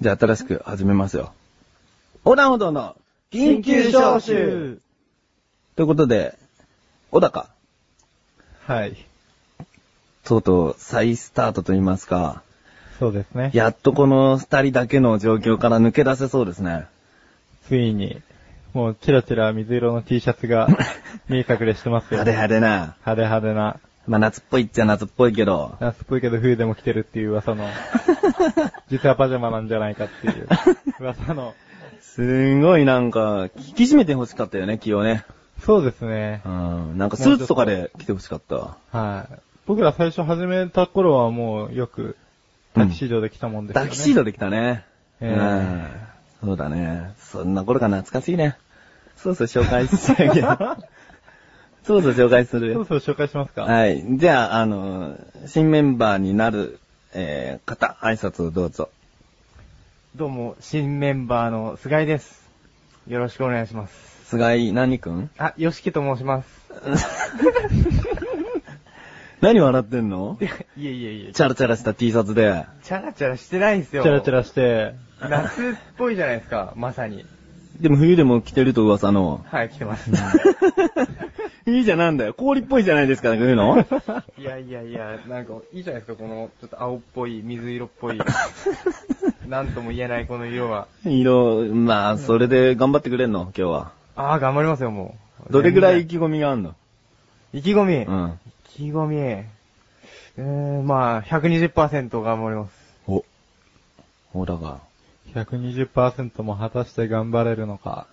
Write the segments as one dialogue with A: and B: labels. A: じゃあ新しく始めますよ。横断歩道の緊急招集ということで、小高、
B: はい。
A: とうとう再スタートと言いますか、
B: そうですね。
A: やっとこの二人だけの状況から抜け出せそうですね。
B: ついに、もうチラチラ水色の T シャツ が見え隠れしてますよ。
A: 派手派手な。
B: 派手派手な。
A: まあ夏っぽいっちゃ夏っぽいけど、
B: 夏っぽいけど冬でも着てるっていう噂 の、実はパジャマなんじゃないかっていう噂の。
A: すんごいなんか、引き締めて欲しかったよね、気をね。
B: そうですね
A: う。ん、なんかスーツとかで着て欲しかった。
B: はい。僕ら最初始めた頃はもうよく、タキシードで来たもんですよね。
A: タキシー
B: ド
A: ドできたね。
B: え
A: うん。そうだね。そんな頃が懐かしいね。そうそう紹介しちゃうけ ど。そうそう紹介する
B: そろ
A: よ。
B: そろ紹介しますか。
A: はい。じゃあ、あの、新メンバーになる、えー、方、挨拶をどうぞ。
C: どうも、新メンバーの菅井です。よろしくお願いします。
A: 菅井何くん
C: あ、よしきと申します。
A: 何笑ってんの
C: いえいえいえ。
A: チャラチャラした T シャツで。
C: チャラチャラしてないんです
B: チ
C: よ。
B: ャラチャラして、
C: ラ。夏っぽいじゃないですか、まさに。
A: でも冬でも着てると噂 の。
C: はい、来てます。
A: いいじゃんなんだよ。氷っぽいじゃないですか、こういう の。
C: いやいやいや、なんか、いいじゃないですか、この、ちょっと青っぽい、水色っぽ い。なんとも言えないこの色は。
A: 色、まあ、それで頑張ってくれんの、今日は。
C: あー、頑張りますよ、もう。
A: どれぐらい意
C: 全
A: 気込みがあんの
C: 然意気込み、
A: うん。
C: 意気込み。えー、まあ、120%頑張ります。
A: お。お、だが。
B: 120%も果たして頑張れるのか、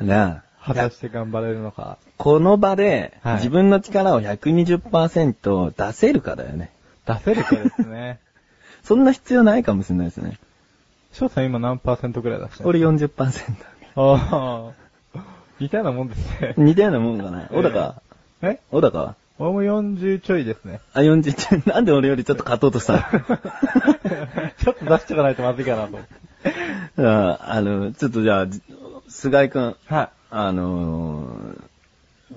A: ねえ。
B: 果たして頑張れるのか。
A: この場で、
B: はい
A: 自分の力を120%出せるかだよね。
B: 出せるかですね。
A: そんな必要ないかもしれないですね。
B: 翔さん今何パーセントくらい出してる
A: 俺40%。
B: ああ。似たようなもんですね。
A: 似たようなもんか な。小高、
B: え
A: 小高は
B: 俺も40ちょいですね。
A: あ、40、なんで 俺よりちょっと勝とうとしたの
B: ちょっと出しておかないとまずいかなと。
A: ああの、ちょっとじゃあ、じ菅井くん、
C: はい。
A: あのー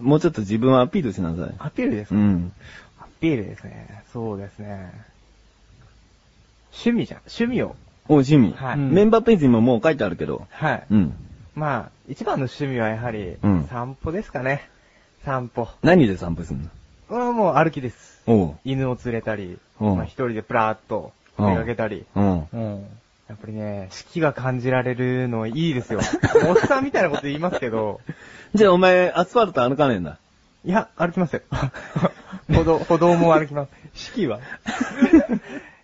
A: もうちょっと自分をアピールしなさい。
C: アピールです
A: う
C: か、
A: ん。
C: アピールですね。そうですね。趣味じゃん。趣味を。
A: お、趣味。
C: はい
B: うん
A: メンバーページにももう書いてあるけど。
C: はい。
A: うん。
C: まあ、一番の趣味はやはり
A: うん、
C: 散歩ですかね。散歩。
A: 何で散歩するの
C: これはもう歩きです。
A: おう。
C: 犬を連れたり、
A: うん
C: まあ一人でプラーっと出かけたり。
A: うん。
B: うん。
C: やっぱりね、四季が感じられるのいいです よ。おっさんみたいなこと言いますけど、
A: じゃあお前、アスファルト歩かねえんだ。
C: いや、歩きま すよ。歩道、歩道も歩きます。
B: 四季は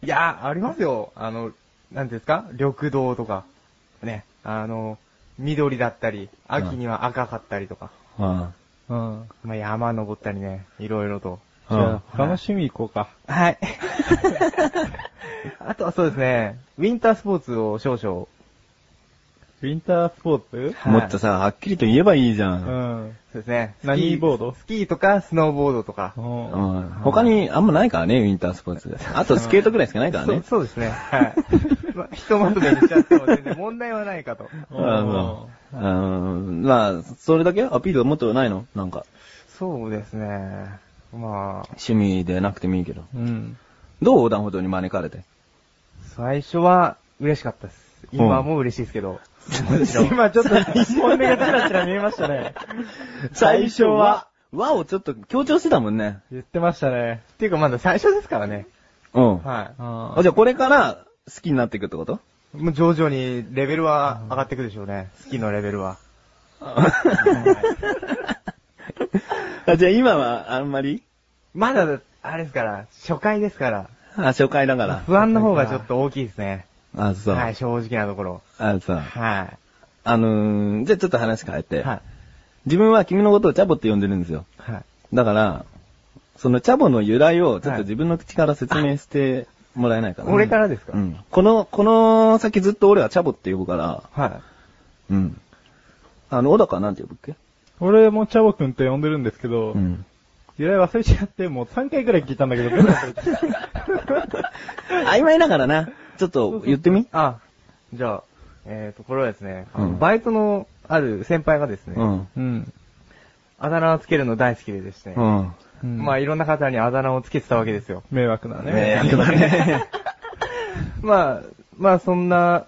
B: い
C: や、ありますよ。あの、なんていうんですか緑道とか。ね。あの、緑だったり、秋には赤かったりとか。
A: あ
B: うん。
C: まあ、山登ったりね、いろいろと。
B: じゃあ、他の趣味行こうか。
C: はい。 あとはそうですね、ウィンタースポーツを少々。
B: ウィンタースポーツ
C: は
A: あ。
C: い
A: もっとさ、はっきりと言えばいいじゃ。
B: うんん。
C: そうですね。スキ
B: 何ボード
C: スキーとか、スノーボードとか
B: う。。
A: うんん。他にあんまないからね、ウィンタースポーツ。あとスケートぐらいしかないから
C: そう
A: ね。
C: そうですね。 はい。まあ、ひとまとめにしちゃっても全然問題はないかと。
A: う
B: うんん
A: うんうん。まあ、それだけアピールがもっとないのなんか、
C: そうですね。まあ、
A: 趣味でなくてもいいけど。
B: うん。
A: どう横断歩道に招かれて。
C: 最初は嬉しかったです。今はもう嬉しいですけど。 今ちょっと本音がちらちら見えましたね。
A: 最初は、和をちょっと強調してたもんね。
B: 言ってましたね。
C: っていうかまだ最初ですからね。
A: うん。
C: は
B: あ
A: あじゃあこれから好きになっていくってこと
C: い。もう徐々にレベルは上がっていくでしょうね。スキーのレベルは。
A: あじゃあ今はあんまり
C: まだ、あれですから、初回ですから、
A: あ、初回だから。
C: 不安の方がちょっと大きいですね。
A: あ、そう。
C: はい、正直なところ。
A: あ、そう。
C: は
A: あのー、じゃあちょっと話変え
C: い。
A: て。
C: はい。
A: 自分は君のことをチャボって呼んでるんですよ。
C: はい。
A: だから、そのチャボの由来をちょっ
C: は
A: と
C: い
A: 自分の口から説明してもらえないかな。
C: 俺からですか
A: うん。この、この先ずっと俺はチャボって呼ぶから、
C: は
A: うん。あの、小高はなんて呼ぶっけ
B: 俺もチャボくんって呼んでるんですけど、
A: ん。
B: 由来忘れちゃって、もう3回くらい聞いたんだけど、全部忘れてた
A: 曖昧だからな。ちょっと言ってみ
C: い。あ、じゃあ、えーと、これはですね、あの
A: うん
C: バイトのある先輩がですね、
A: うん。
B: うん。
C: あだ名をつけるの大好きでですね、
A: うん。
B: うん
C: まあいろんな 方にあだ名をつけてたわけですよ。
B: 迷惑だね。
A: 迷惑だね。
C: まあ、まあそんな、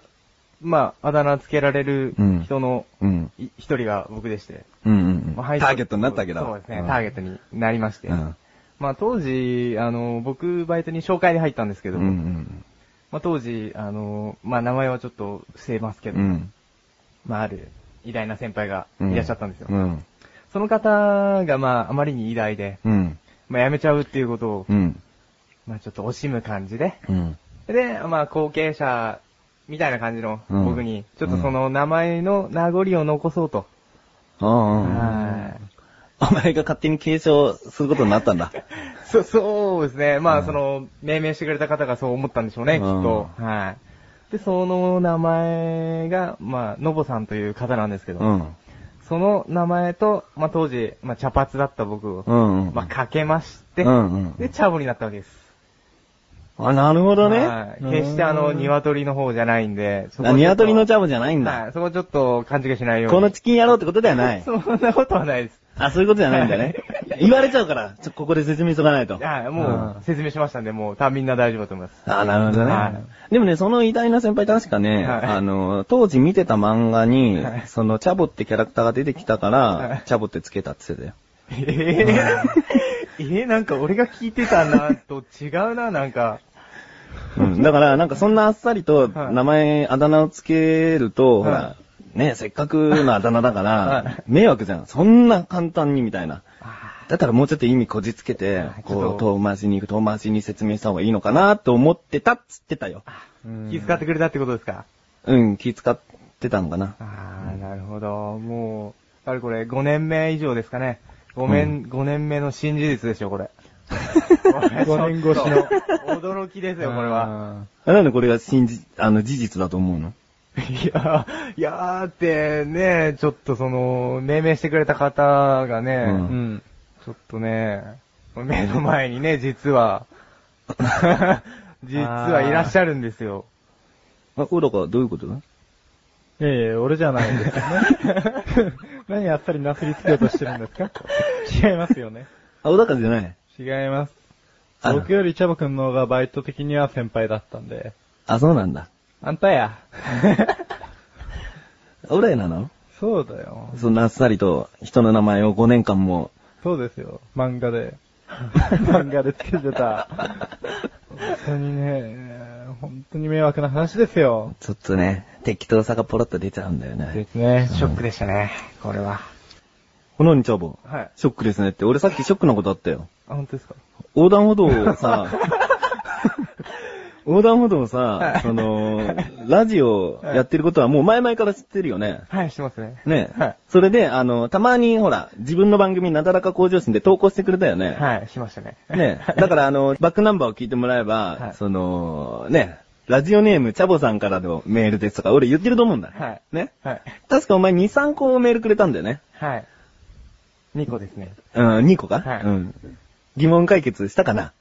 C: まああだ名つけられる
A: うん
C: 人の
A: うん。
C: い一人が僕でして、
A: うんうんうん。タ
C: まあ配信
A: ーゲットになったわけだ。
C: そうですね、
A: ん
C: ターゲットになりまして。
A: うん
C: まあ当時、あの、僕バイトに紹介で入ったんですけ
A: う
C: ど、
A: んうん。
C: まあ当時、あの、まあ名前はちょっと伏せますけど、
A: うん。
C: まあある偉大な先輩が
A: うん
C: いらっしゃったんですよ。
A: うん。
C: その方がまああまりに偉大で、
A: うん。
C: まあ辞めちゃうっていうことを、
A: うん。
C: まあちょっと惜しむ感じで、
A: うん。
C: で、まあ、後継者みたいな感じの
A: うん
C: 僕に、ちょっとその名前の名残を残そうと。
A: うんうん。
C: は
A: お前が勝手に継承することになったんだ。
C: い。 そ、そうですね。
A: う
C: まあ、
A: ん
C: その、命名してくれた方がそう思ったんでしょうね、きっと。はい。で、その名前が、まあ、のぼさんという方なんですけ
A: う
C: ど、
A: ん。
C: その名前と、まあ、当時、まあ、茶髪だった僕を
A: う、んうん。
C: まあ、かけまして
A: う、んうん。
C: で、茶ャボになったわけです。
A: あ、なるほど
C: は
A: ね
C: い。決してあの、鶏の方じゃないんで、そこ
A: あ、ニワトリのチ
C: ャ
A: ャボじゃないん
C: は
A: だ。
C: い。そこちょっと勘違いしないように。
A: このチキン野郎ってことではない。
C: そんなことはないです。
A: あ、そういうことじゃないんだね。言われちゃうから、ちょ、ここで説明しとかないと。
C: はい、もう説明しましたんで、もうたみんな大丈夫だと思います。
A: あ、なるほど
C: は
A: ね。でもね、その偉大な先輩確かね、
C: はい
A: あの、当時見てた漫画に
C: は、い
A: その、チャボってキャラクターが出てきたから、
C: はい
A: チャボってつけたって言ってたよ。
C: えー、えー、なんか俺が聞いてたなと違うな、なんか。
A: うん、だから、なんかそんなあっさりと、
C: はい
A: 名前、あだ名をつけると、ほ
C: は
A: ら、ね、せっかくのあだ名だから、
C: はい
A: 迷惑じゃん。そんな簡単にみたいな。
C: あ
A: だったらもうちょっと意味こじつけて
C: はい、ちょ
A: こ
C: っ
A: う、
C: と
A: 遠回しに行く、遠回しに説明した方がいいのかなと思ってたっつってたよ。
C: ー気遣ってくれたってことですか
A: うん、気使ってたんかな。
C: ああ、なるほど。もう、あれこれ5年目以上ですかね。5年、5年目の新事実でしょ、 これ。
B: 5年越しの。
C: 驚きですよ、これは。
A: あなんでこれが真実、あの、事実だと思うの
C: いやー、いやーってね、ちょっとその、命名してくれた方がね、
A: う
B: うんん。
C: ちょっとね、目の前にね、実は、 実はいらっしゃるんですよ。
A: あ、これだからどういうことだ
B: いやいや、俺じゃないんですよね。 何あっさりなすりつけようとしてるんですか 違いますよね。
A: あ、小高じゃない
B: 違います。
A: あ
B: 僕よりチャボくんの方がバイト的には先輩だったんで。
A: あ、そうなんだ。
B: あんたや。
A: 俺なの
B: そうだよ。
A: そんなあっさりと人の名前を5年間も、
B: そうですよ。漫画で。 漫画でつけてた。本当にね、本当に迷惑な話ですよ。
A: ちょっとね、適当さがポロッと出ちゃうんだよね。
B: すね
C: ショックでしたね、これは。
A: ほのにチャボ、
C: はい。
A: ショックですねって、俺さっきショックなことあったよ。
C: あ、本当ですか
A: 横断歩道を さ、横断歩道をさ、その、ラジオやってることはもう前々から知ってるよね。
C: はい、してますね。
A: ね、
C: はい
A: それで、あの、たまに、ほら、自分の番組、なだらか向上心で投稿してくれたよね。
C: はい、しましたね。
A: ね、だから、あの、バックナンバーを聞いてもらえば、
C: はい
A: その、ね、ラジオネーム、チャボさんからのメールですとか、俺言ってると思うんだ。
C: はい
A: ね。
C: はい。
A: 確かお前2、3個メールくれたんだよね。
C: はい。2個ですね。
A: うん、2個か、
C: はい
A: うん。疑問解決したかな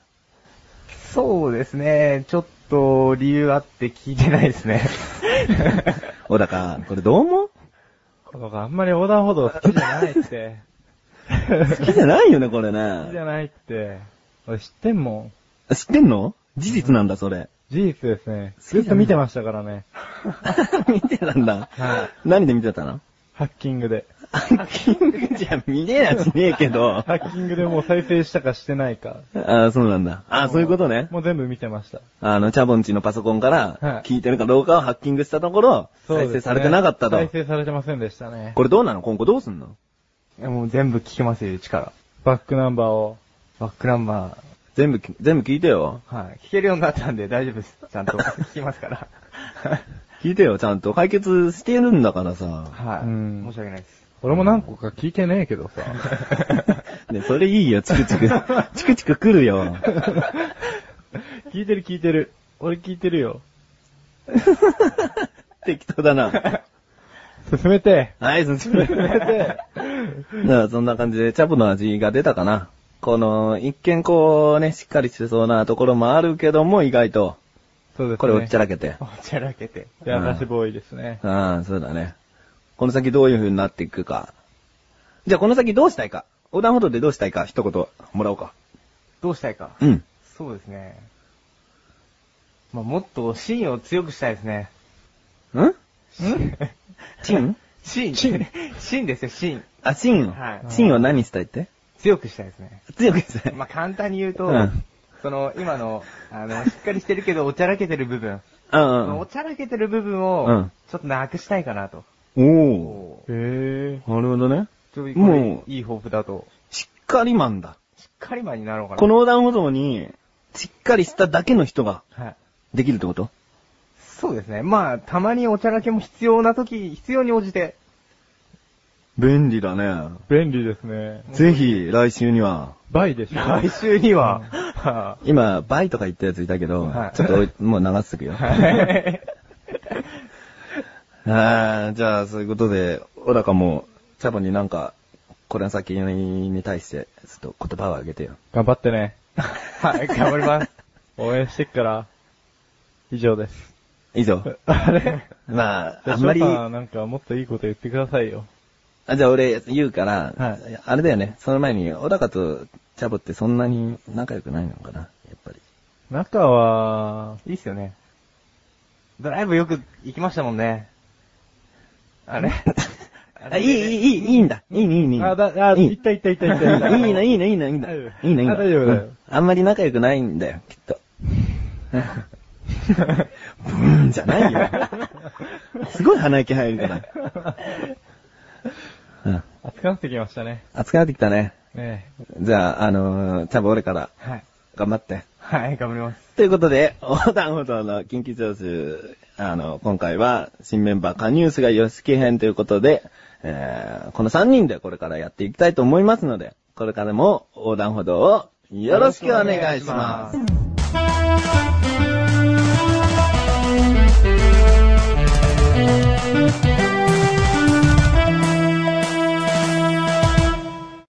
C: そうですね、ちょっと理由あって聞いてないですね。
A: 小高、これどう思う
B: この子あんまり横断歩道好きじゃないって。
A: 好きじゃないよね、これ
B: 好きじ
A: ね。
B: ゃないって。俺知ってんもん。
A: 知ってんの事実なんだ、それ。
B: 事実ですね。ずっと見てましたからね。
A: 見てたんだ。
B: はい
A: 何で見てたの
B: ハッキングで。
A: ハッキングじゃ見れやしねえけど。
B: ハッキングでもう再生したかしてないか。
A: ああ、そうなんだ。ああ、そういうことね。
B: もう全部見てました。
A: あの、チャボンチのパソコンから
B: はい、
A: 聞いてるかどうかをハッキングしたところ、
B: そうで
A: 再生
B: すね
A: されてなかったと。
B: 再生されてませんでしたね。
A: これどうなの今後どうすんの
C: い やもう全部聞けますよ、一から。
B: バックナンバーを。
C: バックナンバ
A: 全部き、全部聞いてよ。
C: ー、はい。聞けるようになったんで大丈夫です。ちゃんと聞きます から。
A: 聞いてよ、ちゃんと。解決してるんだから さ。
C: はい。
B: うん
C: 申し訳ないです。
B: 俺も何個か聞いてねえけどさ。
A: ね、それいいよ、チクチ ク。チクチク来るよ。
B: 聞いてる聞いてる。俺聞いてるよ。
A: 適当だな。
B: 進めて。
A: はい、進めて。
B: 進めて。
A: だからそんな感じで、チャボの味が出たかな。この、一見こうね、しっかりしてそうなところもあるけども、意外と、
B: そうですね。
A: これおっちゃらけて。
C: おちゃらけて。
B: 優しいボーイですね。
A: うん、そうだね。この先どういう風になっていくか。じゃあこの先どうしたいか。横断歩道でどうしたいか、一言もらおうか。
C: どうしたいか。
A: うん。
C: そうですね。まあ、もっと芯を強くしたいですね。
A: んチン
C: 芯
A: 芯
C: 芯ですよ、芯。
A: あ、チンを。
C: はい
A: チンを何したいって
C: 強くしたいですね。
A: 強くしたい。
C: まあ、簡単に言うと、
A: うん
C: その、今の、あの、しっかりしてるけど、おちゃらけてる部分。
A: うん
C: おちゃらけてる部分
A: う
C: を
A: ん、
C: ちょっとなくしたいかなと。
A: うん。お
C: お
B: へえ。
A: お。なるほどね。
C: ちょい
A: も
C: も
A: う
C: う、いい抱負だと、
A: しっかりマンだ。
C: しっかりマンになろうかな。
A: この横断歩道に、しっかりしただけの人が
C: はい。
A: できるってこと
C: そうですね。まあ、たまにおちゃらけも必要な時、必要に応じて。
A: 便利だね。
B: 便利ですね。
A: ぜひ、来週には。
B: 倍でしょ。
C: 来週には、は
A: 今、バイとか言ったやついたけど、
C: はい
A: ちょっとおい、もう流しとくよ。
C: い
A: あーじゃあ、そういうことで、小高も、チャボになんか、これの先に対して、ちょっと言葉をあげてよ。
B: 頑張ってね。
C: はい、頑張ります。
B: 応援してっから。以上です。
A: 以上。
B: あ れ
A: まあ、
B: じゃ
A: あ
B: あ、
A: んまり、
B: 翔さんなんかもっといいこと言ってくださいよ。
A: あじゃあ俺言うから、
B: は
A: あれだよね、その前に、小高とチャボってそんなに仲良くないのかな、やっぱり。
B: 中は、
C: いいっすよね。ドライブよく行きましたもんね。あれあ
A: あ、い
C: れ
A: い、いい、いい、いいんだ。いいね、いいね、いいね。
B: あ、だ、あ、
A: いい
B: いったいったいったいっ
A: いい
B: た。
A: な、いいな、いいな、いいな、いいな。
B: 大丈夫
A: いいな、いいな。
B: あ大丈夫だよ
A: うんあんまり仲良くないんだよ、きっと。ブーンじゃないよ。すごい鼻息入るから。うん。
B: 暑くなってきましたね。
A: 暑くなってきたね。
B: ね
A: じゃあ、あのー、チャボ俺から
C: はい。
A: 頑張って。
C: はい、頑張ります。
A: ということで、横断歩道の緊急聴取、あの、今回は新メンバー加入すが YOSHIKI 編ということで、えー、この3人でこれからやっていきたいと思いますので、これからも横断歩道をよろしくお願いします。
C: よろしくお願いします。